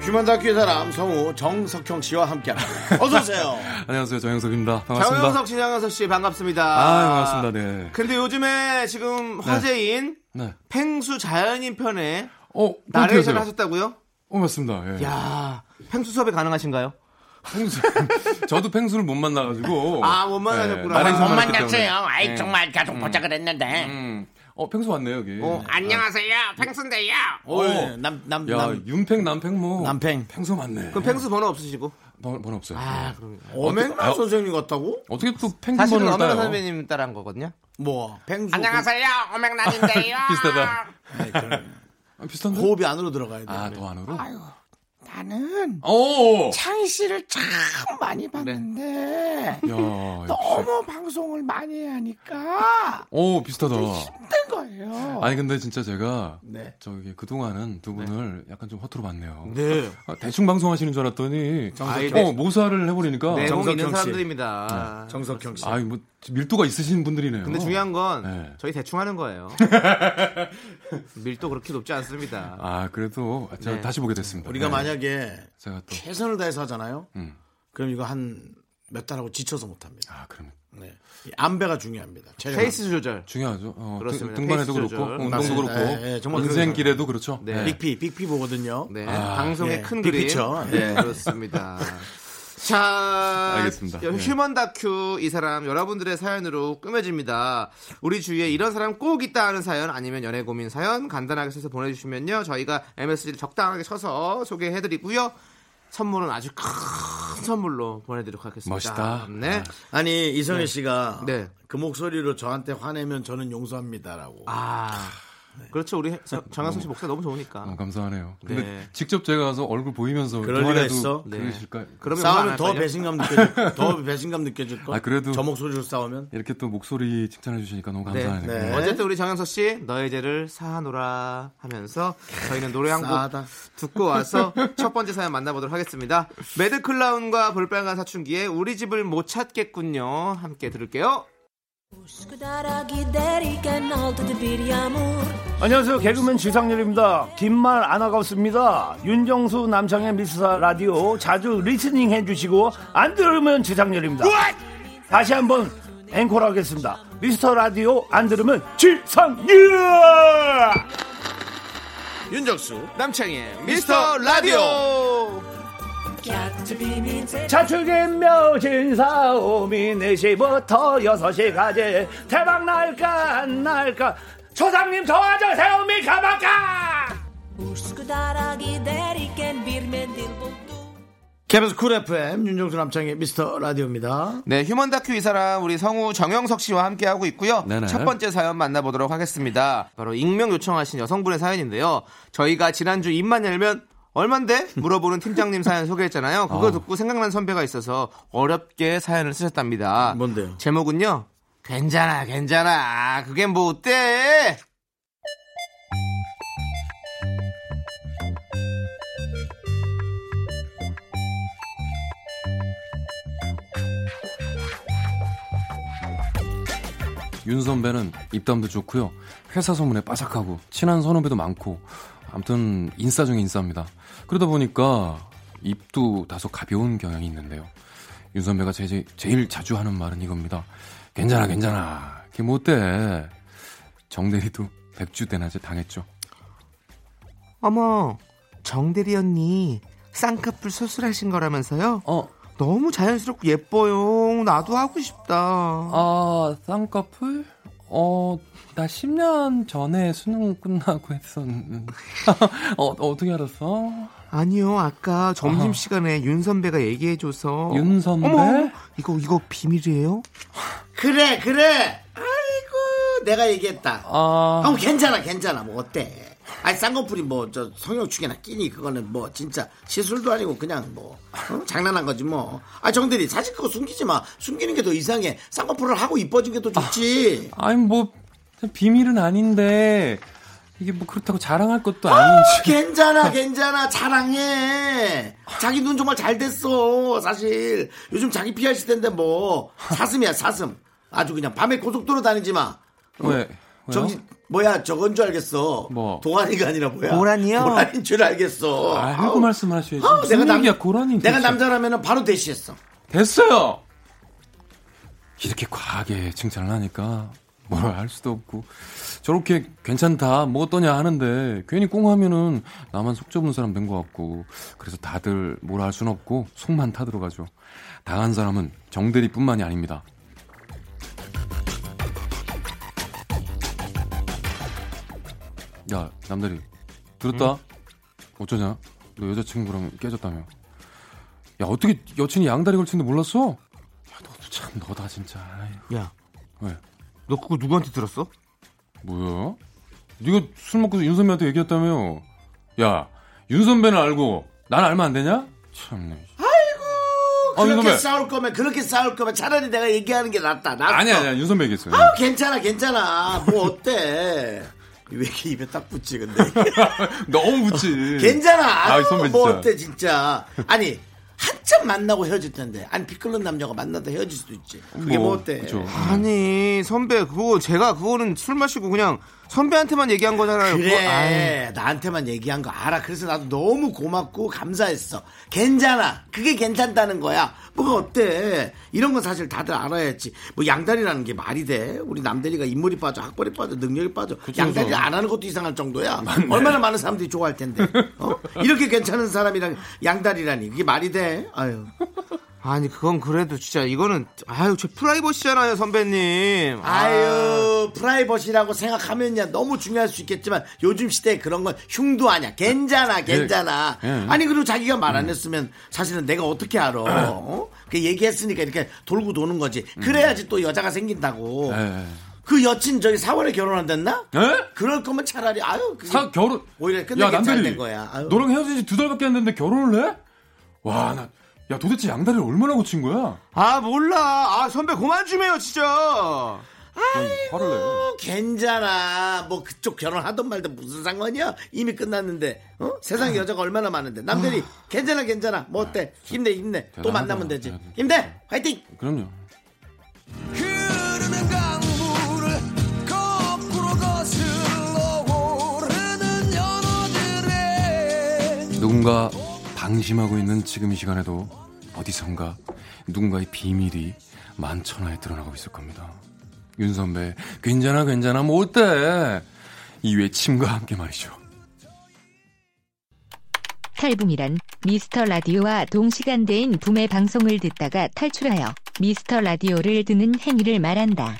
휴먼 다큐의 사람 성우 정석형 씨와 함께합니다. 어서 오세요. 안녕하세요 정영석입니다 반갑습니다 정형석, 신영석 씨 반갑습니다. 아 반갑습니다 네, 근데 요즘에 지금 화제인 네. 펭수 자연인 편에 어 나레이션 나레이션 하셨다고요? 어 맞습니다 예. 아, 야 펭수 수업이 가능하신가요? 펭수 저도 펭수를 못 만나가지고 아, 못 만나셨구나. 못 만났어요 아이 정말 가족 보자 그랬는데 음. 어 펭수 왔네요 여기 안녕하세요, 펭수인데요. 오, 어. 예, 남, 남, 야 남. 윤팽 남팽 뭐 남팽. 펭수 맞네 그럼 펭수 번호 없으시고. 번, 번호 없어요 아, 그럼요. 어맹나 아, 선생님 같다고? 어떻게 또 펭수 사실은 번호를 엄마 따요 선배님 따라한 거거든요. 뭐, 펭수. 비슷하다 아이, 그래. 네, 아, 비슷한데 아, 호흡이 안으로 그 들어가야 네. 돼. 아더 안으로 어, 나는 오. 창희 씨를 참 많이 봤는데 야, 역시. 너무 방송을 많이 하니까 오 비슷하다. 힘든 거예요. 아니 근데 진짜 제가 네. 저기 그 동안은 두 분을 약간 좀 허투루 봤네요. 네. 아, 대충 방송하시는 줄 알았더니 아이, 네. 어, 모사를 해버리니까 내공 있는 정석형 씨. 사람들입니다. 정석형 씨. 아이 뭐 밀도가 있으신 분들이네요. 근데 중요한 건 네. 저희 대충 하는 거예요. 밀도 그렇게 높지 않습니다. 아 그래도 제가 네. 다시 보게 됐습니다. 우리가 네. 만약에 제가 또 최선을 다해서 하잖아요. 음. 그럼 이거 한 몇 달하고 지쳐서 못합니다. 아, 그럼 네. 이 안배가 중요합니다. 체력. 페이스 조절. 중요하죠. 어, 그렇습니다. 등, 반에도 페이스 그렇고 조절. 운동도 맞습니다. 그렇고 예, 예, 정말 인생 길에도 그렇죠. 네. 네. 빅피, 빅피보거든요. 네. 아, 방송의 예. 큰 빅 그림. 피처. 네, 그렇습니다. 자, 알겠습니다. 여- 예. 휴먼 다큐 이 사람 여러분들의 사연으로 꾸며집니다. 우리 주위에 이런 사람 꼭 있다 하는 사연 아니면 연애 고민 사연 간단하게 써서 보내주시면요 저희가 MSG를 적당하게 쳐서 소개해드리고요 선물은 아주 큰 선물로 보내드리도록 하겠습니다. 멋있다. 네. 아니 이성애 씨가 네. 그 목소리로 저한테 화내면 저는 용서합니다라고. 아, 그렇죠. 우리 정한성 씨 목소리 너무 좋으니까. 어, 감사하네요. 근데 네. 직접 제가 가서 얼굴 보이면서 그럴 리가 있어? 동안에도 네. 그러실까요? 그러면 싸우면 화안 더 할걸요? 배신감 느껴질 더 배신감 느껴질 거. 아, 그래도- 저 목소리로 싸우면 이렇게 또 목소리 칭찬해 주시니까 너무 네. 감사하네요. 네. 어쨌든 우리 정영석 씨 너의 죄를 사노라 하면서 저희는 노래 한 곡 싸다. 듣고 와서 첫 번째 사연 만나보도록 하겠습니다. 매드 클라운과 볼빨간 사춘기의 우리 집을 못 찾겠군요. 함께 들을게요. 안녕하세요 개그맨 지상렬입니다 긴 말 안 아깝습니다 윤정수 남창의 미스터 라디오 자주 리스닝 해주시고 안 들으면 지상렬입니다 다시 한번 앵콜 하겠습니다 미스터 라디오 안 들으면 지상렬 윤정수 남창희의 미스터 라디오 자축인 묘진사 오미 4시부터 6시까지 대박 날까 안 날까 초상님 도와주세요 미카마카 KBS 쿨 FM 윤정수 남창의 미스터 라디오입니다. 네, 휴먼 다큐 이 사람 우리 성우 정영석 씨와 함께 하고 있고요. 네네. 첫 번째 사연 만나보도록 하겠습니다. 바로 익명 요청하신 여성분의 사연인데요. 저희가 지난주 입만 열면 얼만데 물어보는 팀장님 사연 소개했잖아요. 어. 그거 듣고 생각난 선배가 있어서 어렵게 사연을 쓰셨답니다. 뭔데요? 제목은요. 괜찮아, 괜찮아. 그게 뭐 어때? 윤 선배는 입담도 좋고요. 회사 소문에 빠삭하고 친한 선후배도 많고 아무튼 인싸 중에 인싸입니다. 그러다 보니까 입도 다소 가벼운 경향이 있는데요. 윤 선배가 제, 제일 자주 하는 말은 이겁니다. 괜찮아 괜찮아. 그게 뭐 어때. 정대리도 백주 대낮에 당했죠. 어머, 정대리 언니 쌍꺼풀 수술하신 거라면서요? 어, 너무 자연스럽고 예뻐요. 나도 하고 싶다. 아, 쌍꺼풀? 어, 나 10년 전에 수능 끝나고 했었는데. 어, 어떻게 알았어? 아니요, 아까 점심 시간에 윤 선배가 얘기해줘서 윤 선배? 어머, 어머, 이거 이거 비밀이에요? 그래 그래. 아이고 내가 얘기했다. 아, 아, 뭐 괜찮아, 괜찮아. 뭐 어때? 아니 쌍꺼풀이 뭐 저 성형축이나 끼니 그거는 뭐 진짜 시술도 아니고 그냥 뭐 어? 장난한 거지 뭐. 아 정대리 사실 그거 숨기지 마. 숨기는 게 더 이상해. 쌍꺼풀을 하고 이뻐진 게 더 좋지. 아니 뭐 비밀은 아닌데 이게 뭐 그렇다고 자랑할 것도 아닌지. 괜찮아, 괜찮아. 자랑해. 자기 눈 정말 잘 됐어. 사실 요즘 자기 피할 시대인데 뭐 사슴이야 사슴. 아주 그냥 밤에 고속도로 다니지 마. 어? 왜? 왜요? 정신 뭐야 저건 줄 알겠어. 뭐? 동안이가 아니라 뭐야? 고라니요? 고라니인 줄 알겠어. 아, 하고 아우. 말씀하셔야지. 아우, 무슨 남- 얘기야, 고라니. 내가 도대체. 남자라면 바로 대시했어. 됐어요. 이렇게 과하게 칭찬을 하니까 뭐라 할 수도 없고 저렇게 괜찮다 뭐 어떠냐 하는데 괜히 꽁 하면은 나만 속 좁은 사람 된 것 같고 그래서 다들 뭐라 할 순 없고 속만 타들어가죠 당한 사람은 정대리뿐만이 아닙니다 야 남대리 들었다 어쩌냐 너 여자친구랑 깨졌다며 야 어떻게 여친이 양다리 걸친데 몰랐어 야 너도 참 너다 진짜 아유. 야, 왜? 너 그거 누구한테 들었어? 뭐야? 네가 술 먹고 윤 선배한테 얘기했다며? 야, 윤 선배는 알고 난 알면 안 되냐? 참네. 아이고. 어, 그렇게 윤선배. 싸울 거면 그렇게 싸울 거면 차라리 내가 얘기하는 게 낫다. 낫어. 아니 아니야 윤선배 얘기했어요. 아우, 괜찮아 괜찮아. 뭐 어때? 왜 이렇게 입에 딱 붙지 근데? 너무 붙지. 괜찮아. 아, 아유, 선배 뭐 진짜. 어때 진짜. 아니 한참 만나고 헤어질 텐데. 아니 피 끓는 남녀가 만나다 헤어질 수도 있지. 그게 뭐, 어때? 그죠. 아니 선배 그거 제가 그거는 술 마시고 그냥 선배한테만 얘기한 거잖아요. 그래 그거- 아이, 나한테만 얘기한 거 알아 그래서 나도 너무 고맙고 감사했어 괜찮아 그게 괜찮다는 거야 뭐가 어때 이런 건 사실 다들 알아야지 뭐 양다리라는 게 말이 돼 우리 남다리가 인물이 빠져 학벌이 빠져 능력이 빠져 양다리 안 하는 것도 이상할 정도야 얼마나 많은 사람들이 좋아할 텐데 어? 이렇게 괜찮은 사람이랑 양다리라니 그게 말이 돼 아유 아니 그건 그래도 진짜 이거는 아유 제 프라이버시잖아요 선배님. 아. 아유 프라이버시라고 생각하면야 너무 중요할 수 있겠지만 요즘 시대에 그런 건 흉도 아니야 괜찮아 괜찮아 예. 음. 아니 그리고 자기가 말 안 했으면 사실은 내가 어떻게 알아 어? 그 얘기했으니까 이렇게 돌고 도는 거지 그래야지 또 여자가 생긴다고 음. 예. 그 여친 저기 4월에 결혼한댔나? 예? 그럴 거면 차라리 아유 그게 사 결혼. 오히려 야, 끝내기 남들이 잘된 거야 아유. 너랑 헤어진 지 두 달밖에 안 됐는데 결혼을 해? 와, 나, 야, 도대체 양다리를 얼마나 고친 거야? 아 몰라. 아 선배 그만 좀 해요 진짜. 화를 내. 어, 괜찮아. 뭐 그쪽 결혼하던 말든 무슨 상관이야? 이미 끝났는데. 어? 세상에 여자가 얼마나 많은데. 남들이 괜찮아 괜찮아. 뭐 어때? 힘내 힘내. 또 대단하다. 만나면 되지. 대단하다. 힘내. 화이팅. 그럼요. 흐르는 강물을 거꾸로 거슬러 오르는 연어들의 누군가 방심하고 있는 지금 이 시간에도 어디선가 누군가의 비밀이 만천하에 드러나고 있을 겁니다. 윤 선배, 괜찮아, 괜찮아, 뭐 어때? 이 외침과 함께 말이죠. 탈붐이란 미스터 라디오와 동시간대인 붐의 방송을 듣다가 탈출하여 미스터 라디오를 듣는 행위를 말한다.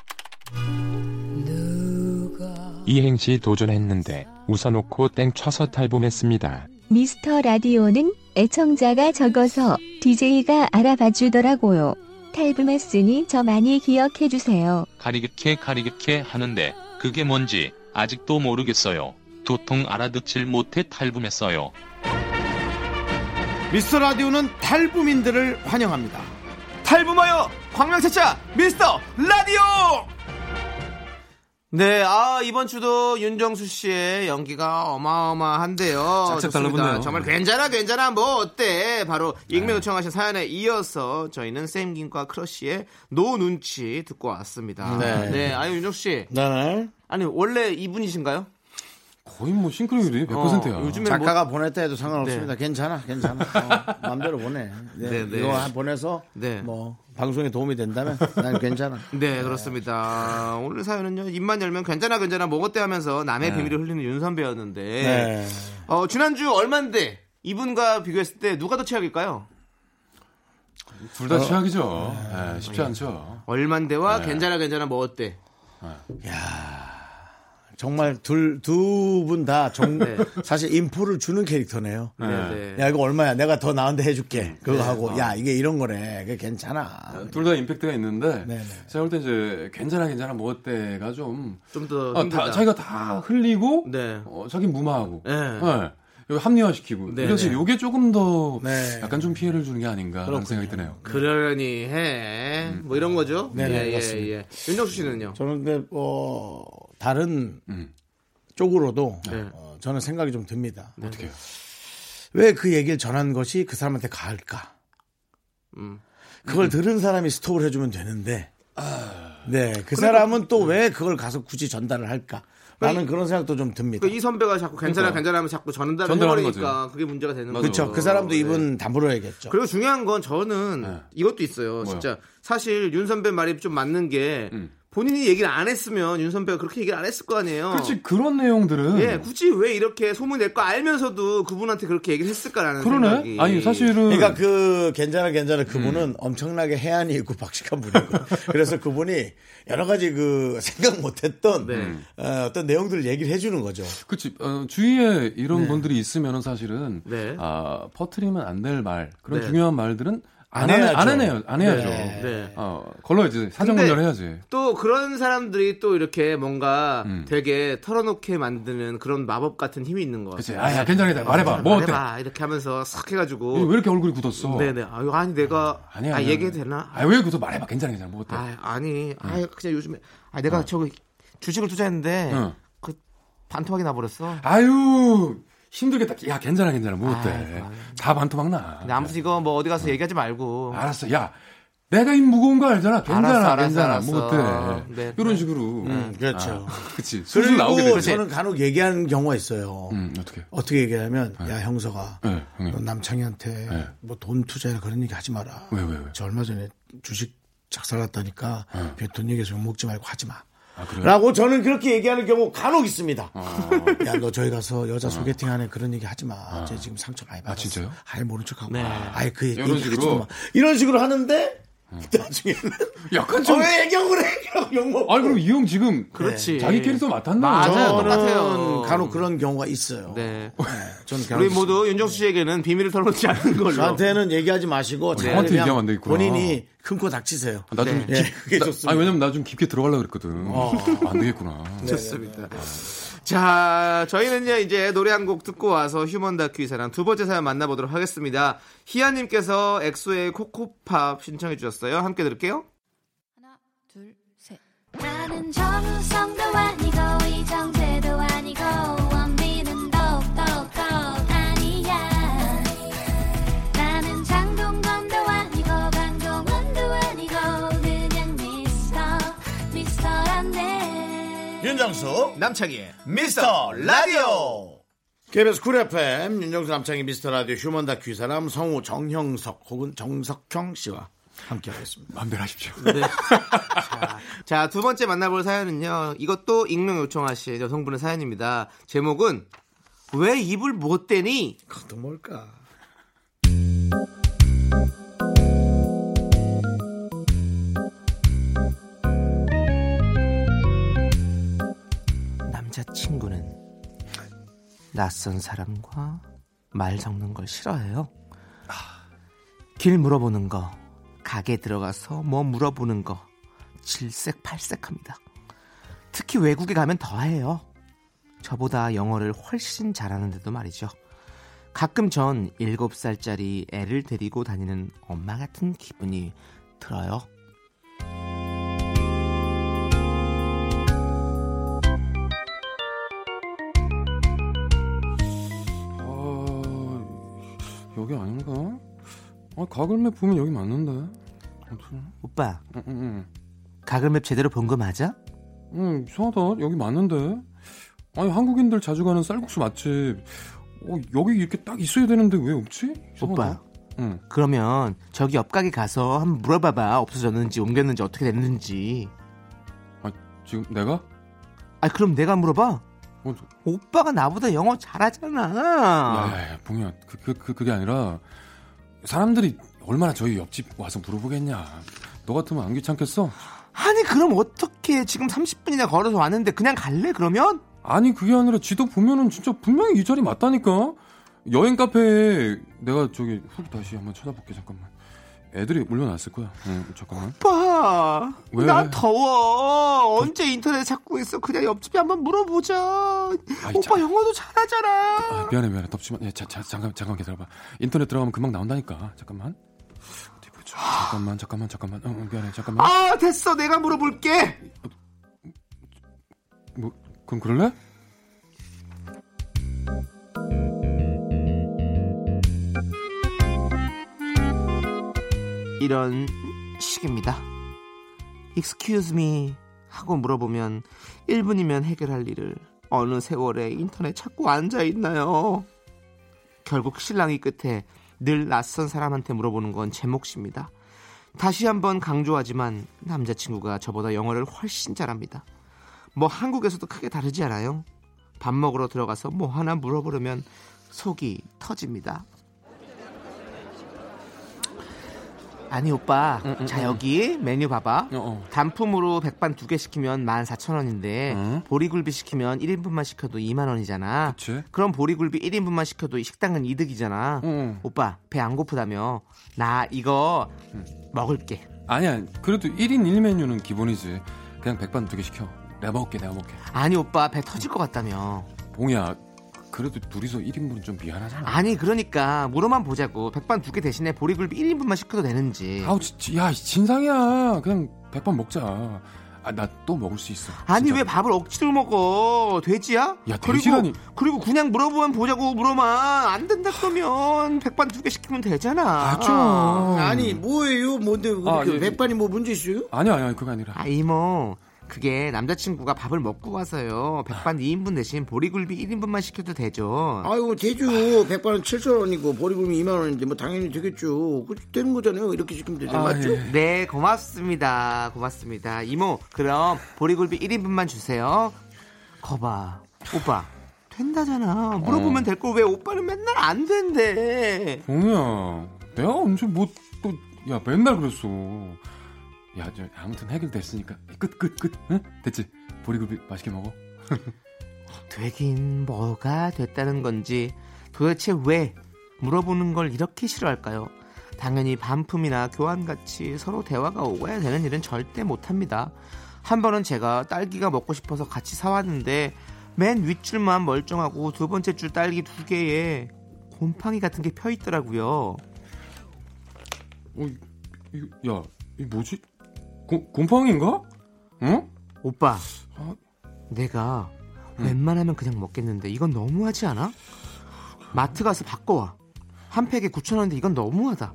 이행시 도전했는데 웃어놓고 땡 쳐서 탈범했습니다. 미스터 라디오는 애청자가 적어서 DJ가 알아봐 주더라고요. 탈붐했으니 저 많이 기억해 주세요. 가리그케 가리그케 하는데 그게 뭔지 아직도 모르겠어요. 도통 알아듣질 못해 탈범했어요. 미스터 라디오는 탈부민들을 환영합니다. 탈부마요 광명세차 미스터 라디오. 네, 아 이번 주도 윤정수 씨의 연기가 어마어마한데요. 짝짝 좋습니다. 달라붙네요. 네. 정말 괜찮아, 괜찮아, 뭐 어때? 바로 익명 요청하신 사연에 이어서 저희는 쌤김과 크러쉬의 노 눈치 듣고 왔습니다. 네. 네, 아니 윤정수 씨, 네. 아니 원래 이분이신가요? 거의 뭐 싱크로율이 100%야. 어, 요즘에 작가가 뭐- 보냈다 해도 상관없습니다. 네. 괜찮아 괜찮아. 어, 마음대로 보내. 네, 네, 네. 이거 한- 보내서 네. 뭐 방송에 도움이 된다면 난 괜찮아. 네, 그렇습니다. 오늘 사연은요, 입만 열면 괜찮아, 괜찮아, 먹었대 하면서 남의 네. 비밀을 흘리는 윤선배였는데, 네. 어, 지난주 얼만데, 이분과 비교했을 때 누가 더 최악일까요? 둘 어. 다 최악이죠. 네. 예, 쉽지 않죠. 얼만데와 네. 괜찮아, 뭐 괜찮아, 먹었대. 정말 둘 두 분 다 정 네. 사실 인포를 주는 캐릭터네요. 네, 네. 야 이거 얼마야? 내가 더 나은데 해줄게. 그거 하고 야 이게 이런 거래. 그게 괜찮아. 둘 다 임팩트가 있는데 네, 네. 제가 볼 때 이제 괜찮아 괜찮아 뭐 어때가 좀 좀더 아, 힘들다. 다, 자기가 다 흘리고 네. 어, 자기 무마하고 네. 예. 이거 합리화시키고 네, 이래서 네. 요게 조금 더 네. 약간 좀 피해를 주는 게 아닌가 그런 생각이 드네요. 그러려니 해. 음. 뭐 이런 거죠? 네, 네, 예, 예, 맞습니다. 예. 윤정수 씨는요? 저는 근데 어 다른 쪽으로도 네. 어, 저는 생각이 좀 듭니다. 어떻게요? 왜 그 얘기를 전한 것이 그 사람한테 가을까? 음. 그걸 들은 사람이 스톱을 해주면 되는데, 네 그 사람은 또 왜 그걸 가서 굳이 전달을 할까? 나는 그런 생각도 좀 듭니다. 그러니까 이 선배가 자꾸 괜찮아, 그러니까. 괜찮아 하면 자꾸 전달을 전달하는 해버리니까 그게 문제가 되는 거죠. 그렇죠. 그 사람도 네. 입은 다물어야겠죠. 그리고 중요한 건 저는 네. 이것도 있어요. 진짜 사실 윤 선배 말이 좀 맞는 게 음. 본인이 얘기를 안 했으면 윤 선배가 그렇게 얘기를 안 했을 거 아니에요. 그렇지 그런 내용들은 어. 예, 굳이 왜 이렇게 소문 낼 거 알면서도 그분한테 그렇게 얘기를 했을까라는 그러네. 생각이. 아니 사실은 그러니까 그 괜찮아 괜찮아 그분은 음. 엄청나게 해안이 있고 박식한 분이고 그래서 그분이 여러 가지 그 생각 못했던 네. 어, 어떤 내용들을 얘기를 해주는 거죠. 그치 어, 주위에 이런 분들이 있으면은 사실은 네. 아, 퍼트리면 안 될 말 그런 네. 중요한 말들은 안 안, 해, 해야죠. 안 해요. 안 해야죠. 네. 네. 어, 걸러야지. 사정 근데 분열 해야지. 또 그런 사람들이 또 이렇게 뭔가 음. 되게 털어놓게 만드는 그런 마법 같은 힘이 있는 것 그치. 같아요. 아, 야, 괜찮아. 말해봐. 뭐 어때? 말해봐. 이렇게 하면서 싹 해가지고. 왜 이렇게 얼굴이 굳었어? 네네. 아유, 아니, 내가. 아니야, 아, 아니야. 얘기해도 되나? 아, 왜 굳어? 말해봐. 괜찮아, 괜찮아. 뭐 어때? 어. 아, 아니. 아, 그냥 요즘에. 아, 내가 저기 주식을 투자했는데. 응. 그 반토막이 나버렸어. 아유, 힘들겠다. 야, 괜찮아, 괜찮아. 뭐 어때? 아이고, 다 반토막 나. 근데 아무튼 이거 뭐 어디 가서 얘기하지 말고. 알았어. 야, 내가 이 무거운 거 알잖아. 괜찮아, 알았어, 알았어, 괜찮아. 알았어. 뭐 어때? 네, 이런 네. 식으로. 음, 그렇죠. 아, 그치. 술술 나오게 그리고 되지. 저는 간혹 얘기하는 경우가 있어요. 음, 어떻게? 어떻게 얘기하면 야 형서가 네, 형님. 너 남창희한테 네. 뭐 돈 투자해라 그런 얘기 하지 마라. 왜, 왜, 왜? 저 얼마 전에 주식 작살났다니까 그냥 돈 얘기해서 욕 먹지 말고 하지 마. 어. 아, 그래요? 아. 라고 저는 그렇게 얘기하는 경우 간혹 있습니다. 야 너 저희 가서 여자 소개팅 하네 그런 얘기 하지 마. 쟤 지금 상처 많이 받았어. 어. 진짜요? 아예 모른 척하고. 네. 아예 그 얘기 이런 하지도 식으로? 마. 이런 식으로 하는데 나중에는 아, 약간 좀. 저왜 얘기하고 그래? 이러고 욕 먹고. 아니, 그럼 이 형 지금. 어. 네, 그렇지. 자기 캐릭터 맡았나? 맞아요. 저는 똑같아요. 음. 간혹 그런 경우가 있어요. 네. 저는 간혹 우리 모두 윤정수 씨에게는 비밀을 털어놓지 않는 걸로. 저한테는 얘기하지 마시고 저한테 그냥 얘기하면 안 되겠구나. 본인이 큰코 닥치세요. 나 네. 좀 예, 그게 좋습니다. 아니, 왜냐면 나 좀 깊게 들어가려고 그랬거든. 안 되겠구나. 네. 좋습니다. 자, 저희는요, 이제 노래 한 곡 듣고 와서 휴먼 다큐 이 사랑 두 번째 사연 만나보도록 하겠습니다. 희아님께서 엑소의 코코팝 신청해주셨어요. 함께 들을게요. 나는 정우성도 아니고 이정재도 아니고 원빈은 더욱더 아니야 나는 장동건도 아니고 강동원도 아니고 그냥 미스터 미스터란데 윤정수 남창희의 미스터 라디오 KBS 쿨 FM 윤정수 남창희 미스터 라디오 휴먼 다큐 이 사람 성우 정형석 혹은 정석형 씨와 함께하겠습니다. 마음대로 하십시오. 자, 두 번째 만나볼 사연은요, 이것도 익명 요청하신 여성분의 사연입니다. 제목은, 왜 입을 못 대니? 그것도 뭘까? 남자친구는 낯선 사람과 말 섞는 걸 싫어해요. 아. 길 물어보는 거, 가게 들어가서 뭐 물어보는 거 질색팔색합니다. 특히 외국에 가면 더해요. 저보다 영어를 훨씬 잘하는데도 말이죠. 가끔 전 7살짜리 애를 데리고 다니는 엄마 같은 기분이 들어요. 아, 여기 아닌가? 아, 가글맵 보면 여기 맞는데. 아무튼. 음, 오빠, 응, 응, 응. 가글맵 제대로 본 거 맞아? 응, 음, 이상하다. 여기 맞는데. 아니, 한국인들 자주 가는 쌀국수 맛집. 어, 여기 이렇게 딱 있어야 되는데 왜 없지? 오빠. 이상하다. 응. 그러면 어, 저기 옆가게 가서 한번 물어봐봐 없어졌는지 옮겼는지 어떻게 됐는지 아, 지금 내가? 아 그럼 내가 물어봐 어, 저- 오빠가 나보다 영어 네. 잘하잖아 야, 야, 봉이야. 그, 그, 그, 그게 아니라, 사람들이 얼마나 저희 옆집 와서 물어보겠냐. 너 같으면 안 귀찮겠어? 아니 그럼 어떻게 지금 30분이나 걸어서 왔는데 그냥 갈래 그러면? 아니, 그게 아니라 지도 보면은 진짜 분명히 이 자리 맞다니까? 여행 카페에 내가 저기 훅 다시 한번 찾아볼게, 잠깐만. 애들이 올려놨을 거야. 응, 잠깐만. 오빠 왜? 나 더워 언제 인터넷 찾고 있어 그냥 옆집에 한번 물어보자 아이, 오빠 자- 영어도 잘하잖아 아, 미안해 미안해 덥지만 예, 자, 자, 잠깐 잠깐 기다려봐 인터넷 들어가면 금방 나온다니까 잠깐만 어디 보자 잠깐만 잠깐만 잠깐만 어, 어, 미안해 잠깐만 아 됐어 내가 물어볼게 뭐 그럼 그럴래? 이런 식입니다. Excuse me 하고 물어보면 1분이면 해결할 일을 어느 세월에 인터넷 찾고 앉아 있나요? 결국 신랑이 끝에 늘 낯선 사람한테 물어보는 건 제 몫입니다. 다시 한번 강조하지만 남자친구가 저보다 영어를 훨씬 잘합니다. 뭐 한국에서도 크게 다르지 않아요? 밥 먹으러 들어가서 뭐 하나 물어보려면 속이 터집니다. 아니 오빠 자 여기 메뉴 봐봐 단품으로 백반 두 개 시키면 14,000원인데 보리굴비 시키면 1인분만 시켜도 2만 원이잖아 그럼 보리굴비 1인분만 시켜도 식당은 이득이잖아 오빠 배 안 고프다며 나 이거 먹을게 아니야 그래도 1인 1메뉴는 기본이지 그냥 백반 두 개 시켜 내가 먹을게 내가 먹을게 아니 오빠 배 터질 것 같다며 봉이야 그래도 둘이서 1인분은 좀 미안하잖아 아니 그러니까 물어만 보자고 백반 두 개 대신에 보리굴비 1인분만 시켜도 되는지 아우 진짜 야 진상이야 그냥 백반 먹자 아 나 또 먹을 수 있어 아니 왜 밥을 억지로 먹어 돼지야? 야, 그리고 돼지라니. 그리고 그냥 물어보면 보자고 물어만 안 된다 그러면 백반 두 개 시키면 되잖아. 아니 뭐예요? 뭔데 아, 그렇게 예, 예. 맥반이 뭐 문제 있어요? 아니 아니 그거 아니라. 아 이모 그게 남자친구가 밥을 먹고 와서요 백반 2인분 대신 보리굴비 1인분만 시켜도 되죠. 아이고 대주 백반은 7천 원이고 보리굴비 2만 원인데 뭐 당연히 되겠죠. 그 되는 거잖아요. 이렇게 시키면 되죠. 맞죠? 네 고맙습니다 고맙습니다 이모 그럼 보리굴비 1인분만 주세요. 거봐 오빠 된다잖아 물어보면 될 걸 왜 오빠는 맨날 안 된대. 봉이야 내가 언제 뭐 또 야 맨날 그랬어 야 저, 아무튼 해결됐으니까 끝 끝 끝 응? 됐지 보리굴비 맛있게 먹어 되긴 뭐가 됐다는 건지 도대체 왜 물어보는 걸 이렇게 싫어할까요? 당연히 반품이나 교환같이 서로 대화가 오가야 되는 일은 절대 못합니다. 한 번은 제가 딸기가 먹고 싶어서 같이 사왔는데 맨 윗줄만 멀쩡하고 두 번째 줄 딸기 두 개에 곰팡이 같은 게 펴 있더라고요. 야, 이 뭐지? 곰, 곰팡인가? 응? 오빠, 내가 웬만하면 그냥 먹겠는데 이건 너무하지 않아? 마트 가서 바꿔와. 한 팩에 9,000원인데 이건 너무하다.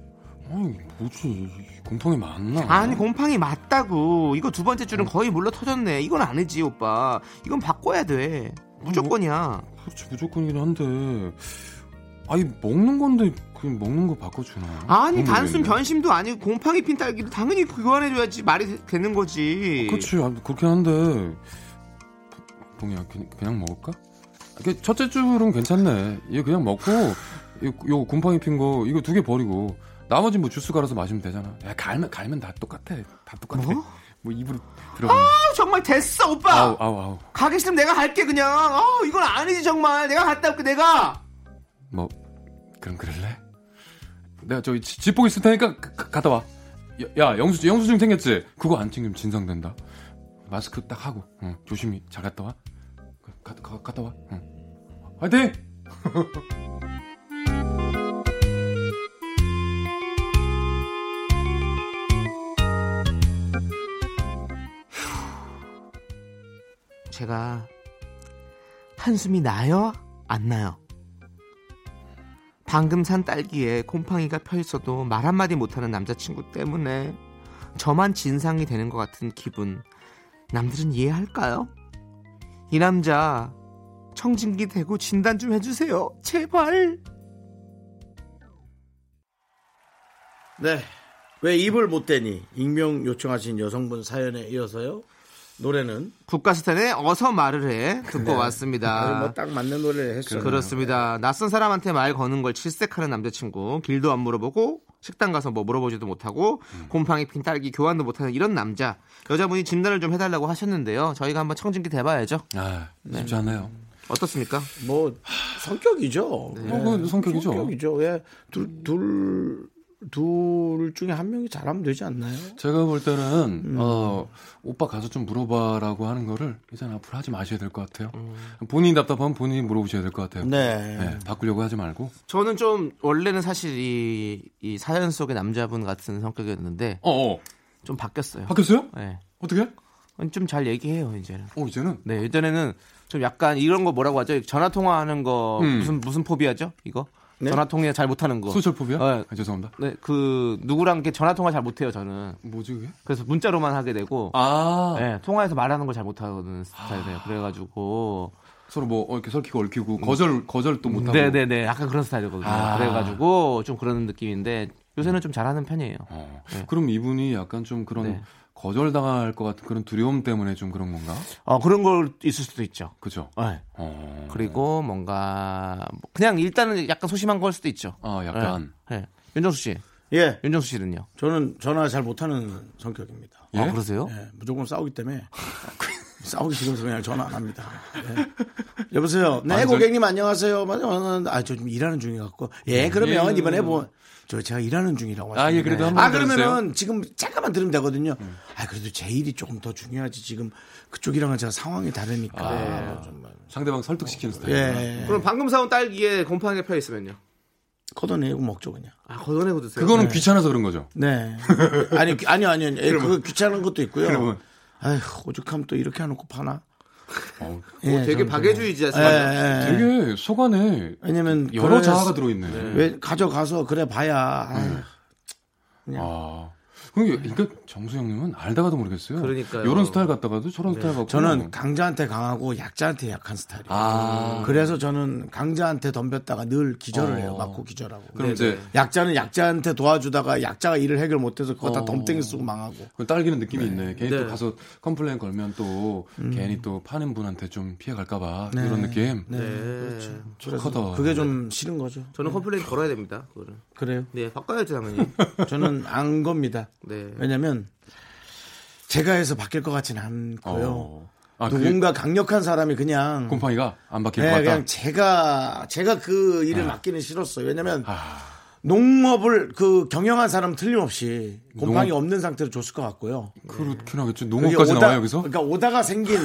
아니, 뭐지? 곰팡이 맞나? 아니, 곰팡이 맞다고. 이거 두 번째 줄은 거의 물러 터졌네. 이건 아니지, 오빠. 이건 바꿔야 돼. 무조건이야. 그렇지 무조건이긴 한데 아니 먹는 건데 그냥 먹는 거 바꿔주나? 아니, 그건 단순 모르겠네. 변심도 아니고 곰팡이 핀 딸기를 당연히 교환해줘야지 말이 되- 되는 거지. 그렇지 아, 그렇긴 한데 봉- 봉이야 그냥, 그냥 먹을까? 아, 그 첫째 줄은 괜찮네. 이거 그냥 먹고 요, 요 곰팡이 핀 거 이거 두 개 버리고 나머지 뭐 주스 갈아서 마시면 되잖아. 야 갈면 갈면 다 똑같아. 다 똑같아. 뭐, 입으로 들어가. 아, 정말 됐어, 오빠. 아우 아우 아우. 가기 싫으면 내가 갈게, 그냥. 아, 이건 아니지, 정말. 내가 갔다 올게, 내가. 뭐 그럼 그럴래? 내가 저기 지- 지퍼 있을 테니까 가- 가- 갔다 와. 야, 야 영수 영수증 챙겼지? 그거 안 챙기면 진상 된다. 마스크 딱 하고 응, 조심히 잘 갔다 와. 가, 가- 가- 갔다 와. 응. 화이팅! 제가 한숨이 나요? 안 나요? 방금 산 딸기에 곰팡이가 펴 있어도 말 한마디 못하는 남자친구 때문에 저만 진상이 되는 것 같은 기분. 남들은 이해할까요? 이 남자 청진기 대고 진단 좀 해주세요. 제발. 네. 왜 입을 못 대니? 익명 요청하신 여성분 사연에 이어서요. 노래는 국가스탄의 어서 말을 해 듣고 왔습니다. 네. 뭐딱 맞는 노래를 했어요. 네. 그렇습니다. 낯선 사람한테 말 거는 걸 질색하는 남자친구. 길도 안 물어보고 식당 가서 뭐 물어보지도 못하고 음. 곰팡이 핀 딸기 교환도 못하는 이런 남자. 여자분이 진단을 좀 해달라고 하셨는데요. 저희가 한번 청진기 대봐야죠. 아 쉽지 않아요. 어떻습니까? 뭐 성격이죠. 네. 어, 그 성격이죠. 성격이죠. 예. 둘, 둘, 둘 중에 한 명이 잘하면 되지 않나요? 제가 볼 때는 어, 오빠 가서 좀 물어봐라고 하는 거를 일단 앞으로 하지 마셔야 될 것 같아요. 본인이 답답하면 본인이 물어보셔야 될 것 같아요. 네. 음. 네, 바꾸려고 하지 말고. 저는 좀 원래는 사실 이, 이 사연 속의 남자분 같은 성격이었는데 어, 어. 좀 바뀌었어요. 바뀌었어요? 네. 어떻게? 좀 잘 얘기해요 이제는. 어 이제는 네 예전에는 좀 약간 이런 거 뭐라고 하죠? 전화 통화하는 거 음. 네. 무슨 무슨 포비아죠? 이거 전화 통화 잘 못하는 거. 소셜포비아? 네. 아, 죄송합니다. 네, 그 누구랑 이렇게 전화 통화 잘 못해요 저는. 뭐지 그게? 그래서 문자로만 하게 되고, 아 네, 통화해서 말하는 걸 잘 못하는 스타일이에요. 그래가지고, 서로 뭐 이렇게 설키고 얽히고 거절 거절도 음. 못하고. 네네네, 약간 그런 스타일이거든요. 아. 그래가지고 좀 그런 느낌인데 요새는 좀 잘하는 편이에요. 어, 그럼 이분이 약간 좀 그런 네. 거절당할 것 같은 그런 두려움 때문에 좀 그런 건가? 어 그런 걸 있을 수도 있죠. 그죠? 아, 네. 어. 그리고 뭔가 뭐 그냥 일단은 약간 소심한 걸 수도 있죠. 아 약간 네. 네. 윤정수 씨, 예. 윤정수 씨는요? 저는 전화 잘 못하는 성격입니다. 아, 그러세요? 예, 무조건 싸우기 때문에 싸우기 싫어서 그냥 전화 안 합니다. 예. 여보세요. 네, 아니, 저- 고객님 안녕하세요. 맞아요. 아, 저 지금 일하는 중이 갖고. 예, 그러면 예. 이번에 뭐. 저 제가 일하는 중이라고 아, 하시는데. 예, 네. 그래도 한번 아, 그러면은 들었어요. 지금 잠깐만 들으면 되거든요. 아, 그래도 제 일이 조금 더 중요하지. 지금 그쪽이랑은 제가 상황이 다르니까. 아. 뭐 상대방 설득시키는 스타일. 예. 그럼 방금 사온 딸기에 곰팡이가 펴 있으면요? 걷어내고 먹죠, 그냥. 아, 걷어내고 드세요. 그거는 귀찮아서 그런 거죠. 네. 아니, 귀- 아니요, 아니요. 예, 그거 귀찮은 것도 있고요. 그러면. 아휴, 오죽하면 또 이렇게 해놓고 파나? 어, 예, 어, 되게 저는 박애주의지 좀- 예, 않습니까? 예, 예. 되게 속안에 왜냐면 여러 그래야- 자아가 들어있네. 왜 가져가서 그래 봐야 아휴, 아. 그러니까, 그러니까 정수 형님은 알다가도 모르겠어요. 네. 그러니까요. 네. 요런 스타일 갖다가도 저런 스타일 갖고 저는 강자한테 강하고 약자한테 약한 스타일이에요. 음. 아. 그래서 저는 강자한테 덤볐다가 늘 기절을 어. 해요. 맞고 기절하고. 그럼 이제 약자는 약자한테 도와주다가 약자가 일을 해결 못해서 그거 다 어. 덤땡이 쓰고 망하고. 그 딸기는 느낌이 있네. 괜히 네. 또 가서 컴플레인 걸면 또 괜히 또 파는 분한테 좀 피해 갈까봐 이런 느낌. 음. 네. 네. 그래서 커다. 그게 좀 싫은 거죠. 저는 컴플레인 걸어야 됩니다. 그거를. 그래요. 네, 바꿔야죠, 당연히. 저는 안 겁니다. 네. 왜냐면 제가 해서 바뀔 것 같지는 않고요. 어. 아, 누군가 누군가 강력한 사람이 그냥 곰팡이가 안 바뀔 네, 것 같다. 그냥 제가 제가 그 일을 맡기는 싫었어요. 왜냐면 네. 아, 농업을 그 경영한 사람 은 틀림없이 곰팡이 농업- 없는 상태로 줬을 것 같고요. 그렇긴 그게 하겠죠. 농업까지 나와요 여기서. 네. 그러니까 오다가 생긴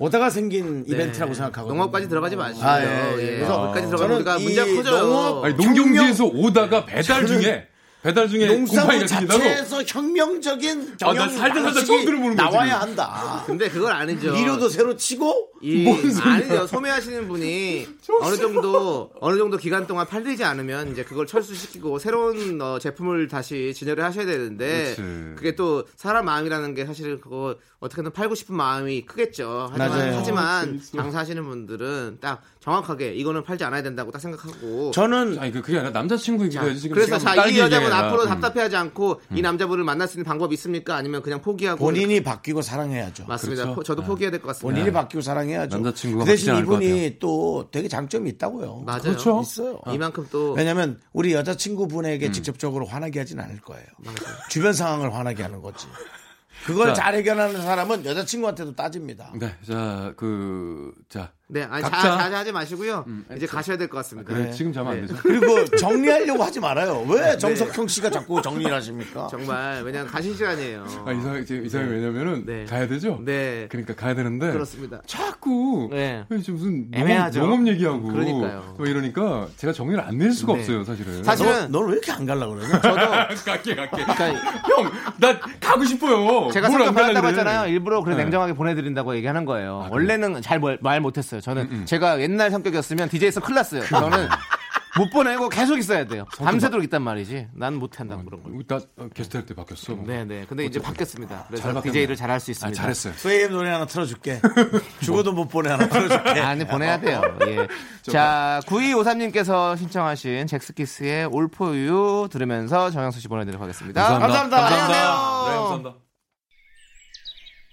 오다가 생긴 이벤트라고 생각하거든요. 농업까지 들어가지 마시고요. 아, 예, 예. 예. 그래서 거기까지 저는 들어가면 우리가 이 문제가 커져요. 농업- 아니, 농경지에서 오다가 배달 네. 저는 중에 배달 중에 농사무 곰팡이가 생긴다고. 자체에서 혁명적인 아, 경영 나 살다 살다 방식이 처음 들어보는 거지, 나와야 한다. 근데 그걸 아니죠. 미로도 새로 치고 이 아니죠. 소매하시는 분이 어느 정도 어느 정도 기간 동안 팔리지 않으면 이제 그걸 철수시키고 새로운 어, 제품을 다시 진열을 하셔야 되는데 그치. 그게 또 사람 마음이라는 게 사실 그거 어떻게든 팔고 싶은 마음이 크겠죠. 하지만 맞아요. 하지만 장사하시는 분들은 딱 정확하게 이거는 팔지 않아야 된다고 딱 생각하고 저는 아니 그- 그게 아니라 남자친구 얘기가 지금 그래서 지금 자, 이 딸기 여자분 얘기가 아니라, 앞으로 음. 답답해하지 않고 이 남자분을 만날 수 있는 방법이 있습니까? 아니면 그냥 포기하고 본인이 바뀌고 사랑해야죠. 맞습니다. 그렇죠. 포- 저도 네. 포기해야 될 것 같습니다. 본인이 바뀌고 사랑해야죠. 남자친구가 그 대신 바뀌지 않을 것 이분이 또 되게 장점이 있다고요. 맞아요. 그렇죠. 있어요. 이만큼 또 왜냐하면 우리 여자친구분에게 직접적으로 화나게 하진 않을 거예요. 주변 상황을 화나게 하는 거지. 그걸 자. 잘 해결하는 사람은 여자친구한테도 따집니다. 네, 자, 그, 자. 네, 아니 각자- 자, 음, 네, 자하지 네. 마시고요. 이제 가셔야 될 것 같습니다. 그래, 지금 자면 안 되죠. 그리고 정리하려고 하지 말아요. 네. 왜 정석형 씨가 자꾸 정리를 하십니까? 정말 왜냐면 가신 시간이에요. 아, 이상이, 지금 이상이 왜냐면은, 네. 가야 되죠? 네. 그러니까 가야 되는데. 그렇습니다. 자꾸, 네. 이제 무슨, 농업, 애매하죠. 농업 얘기하고. 그러니까요. 또 이러니까, 제가 정리를 안 낼 수가 네. 없어요, 사실은. 사실은 넌 왜 이렇게 안 갈라 그러냐? 저도 갈게, 갈게. 그러니까 형, 나 가고 싶어요. 제가 뭘안 성격 받았다고 아, 갈라 그래. 했잖아요. 일부러 그래 네. 냉정하게 보내드린다고 얘기하는 거예요. 음, 그래요? 원래는 잘 뭐, 말 못했어요. 저는 제가 옛날 성격이었으면 DJ에서 큰일 났어요. 저는 못 보내고 계속 있어야 돼요. 밤새도록 있단 말이지. 난 못한다고 그런 걸. 우리 나 어, 게스트 할 때 바뀌었어. 네네. 근데 이제 바뀌었습니다. 잘 그래서 바뀌었네. DJ를 잘 할 수 아, 있습니다. 잘했어요. 소예임 노래 하나 틀어줄게. 죽어도 못 보내 하나 틀어줄게. 안에 아, 보내야 돼요. 예. 자, 9253님께서 신청하신 잭스키스의 올포유 들으면서 정영수 씨 보내드리도록 하겠습니다. 감사합니다. 네, 안녕하세요.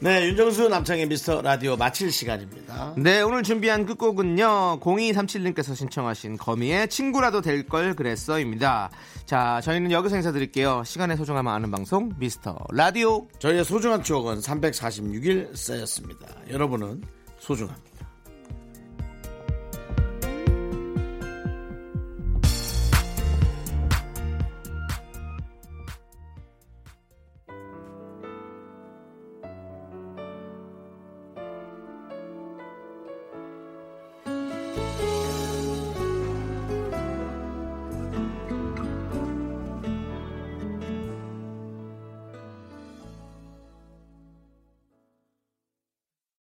네, 윤정수 남창의 미스터 라디오 마칠 시간입니다. 네, 오늘 준비한 끝곡은요. 0237님께서 신청하신 거미의 친구라도 될 걸 그랬어입니다. 자, 저희는 여기서 인사드릴게요. 시간의 소중함을 아는 방송 미스터 라디오. 저희의 소중한 추억은 346일 쌓였습니다. 여러분은 소중합니다. 넌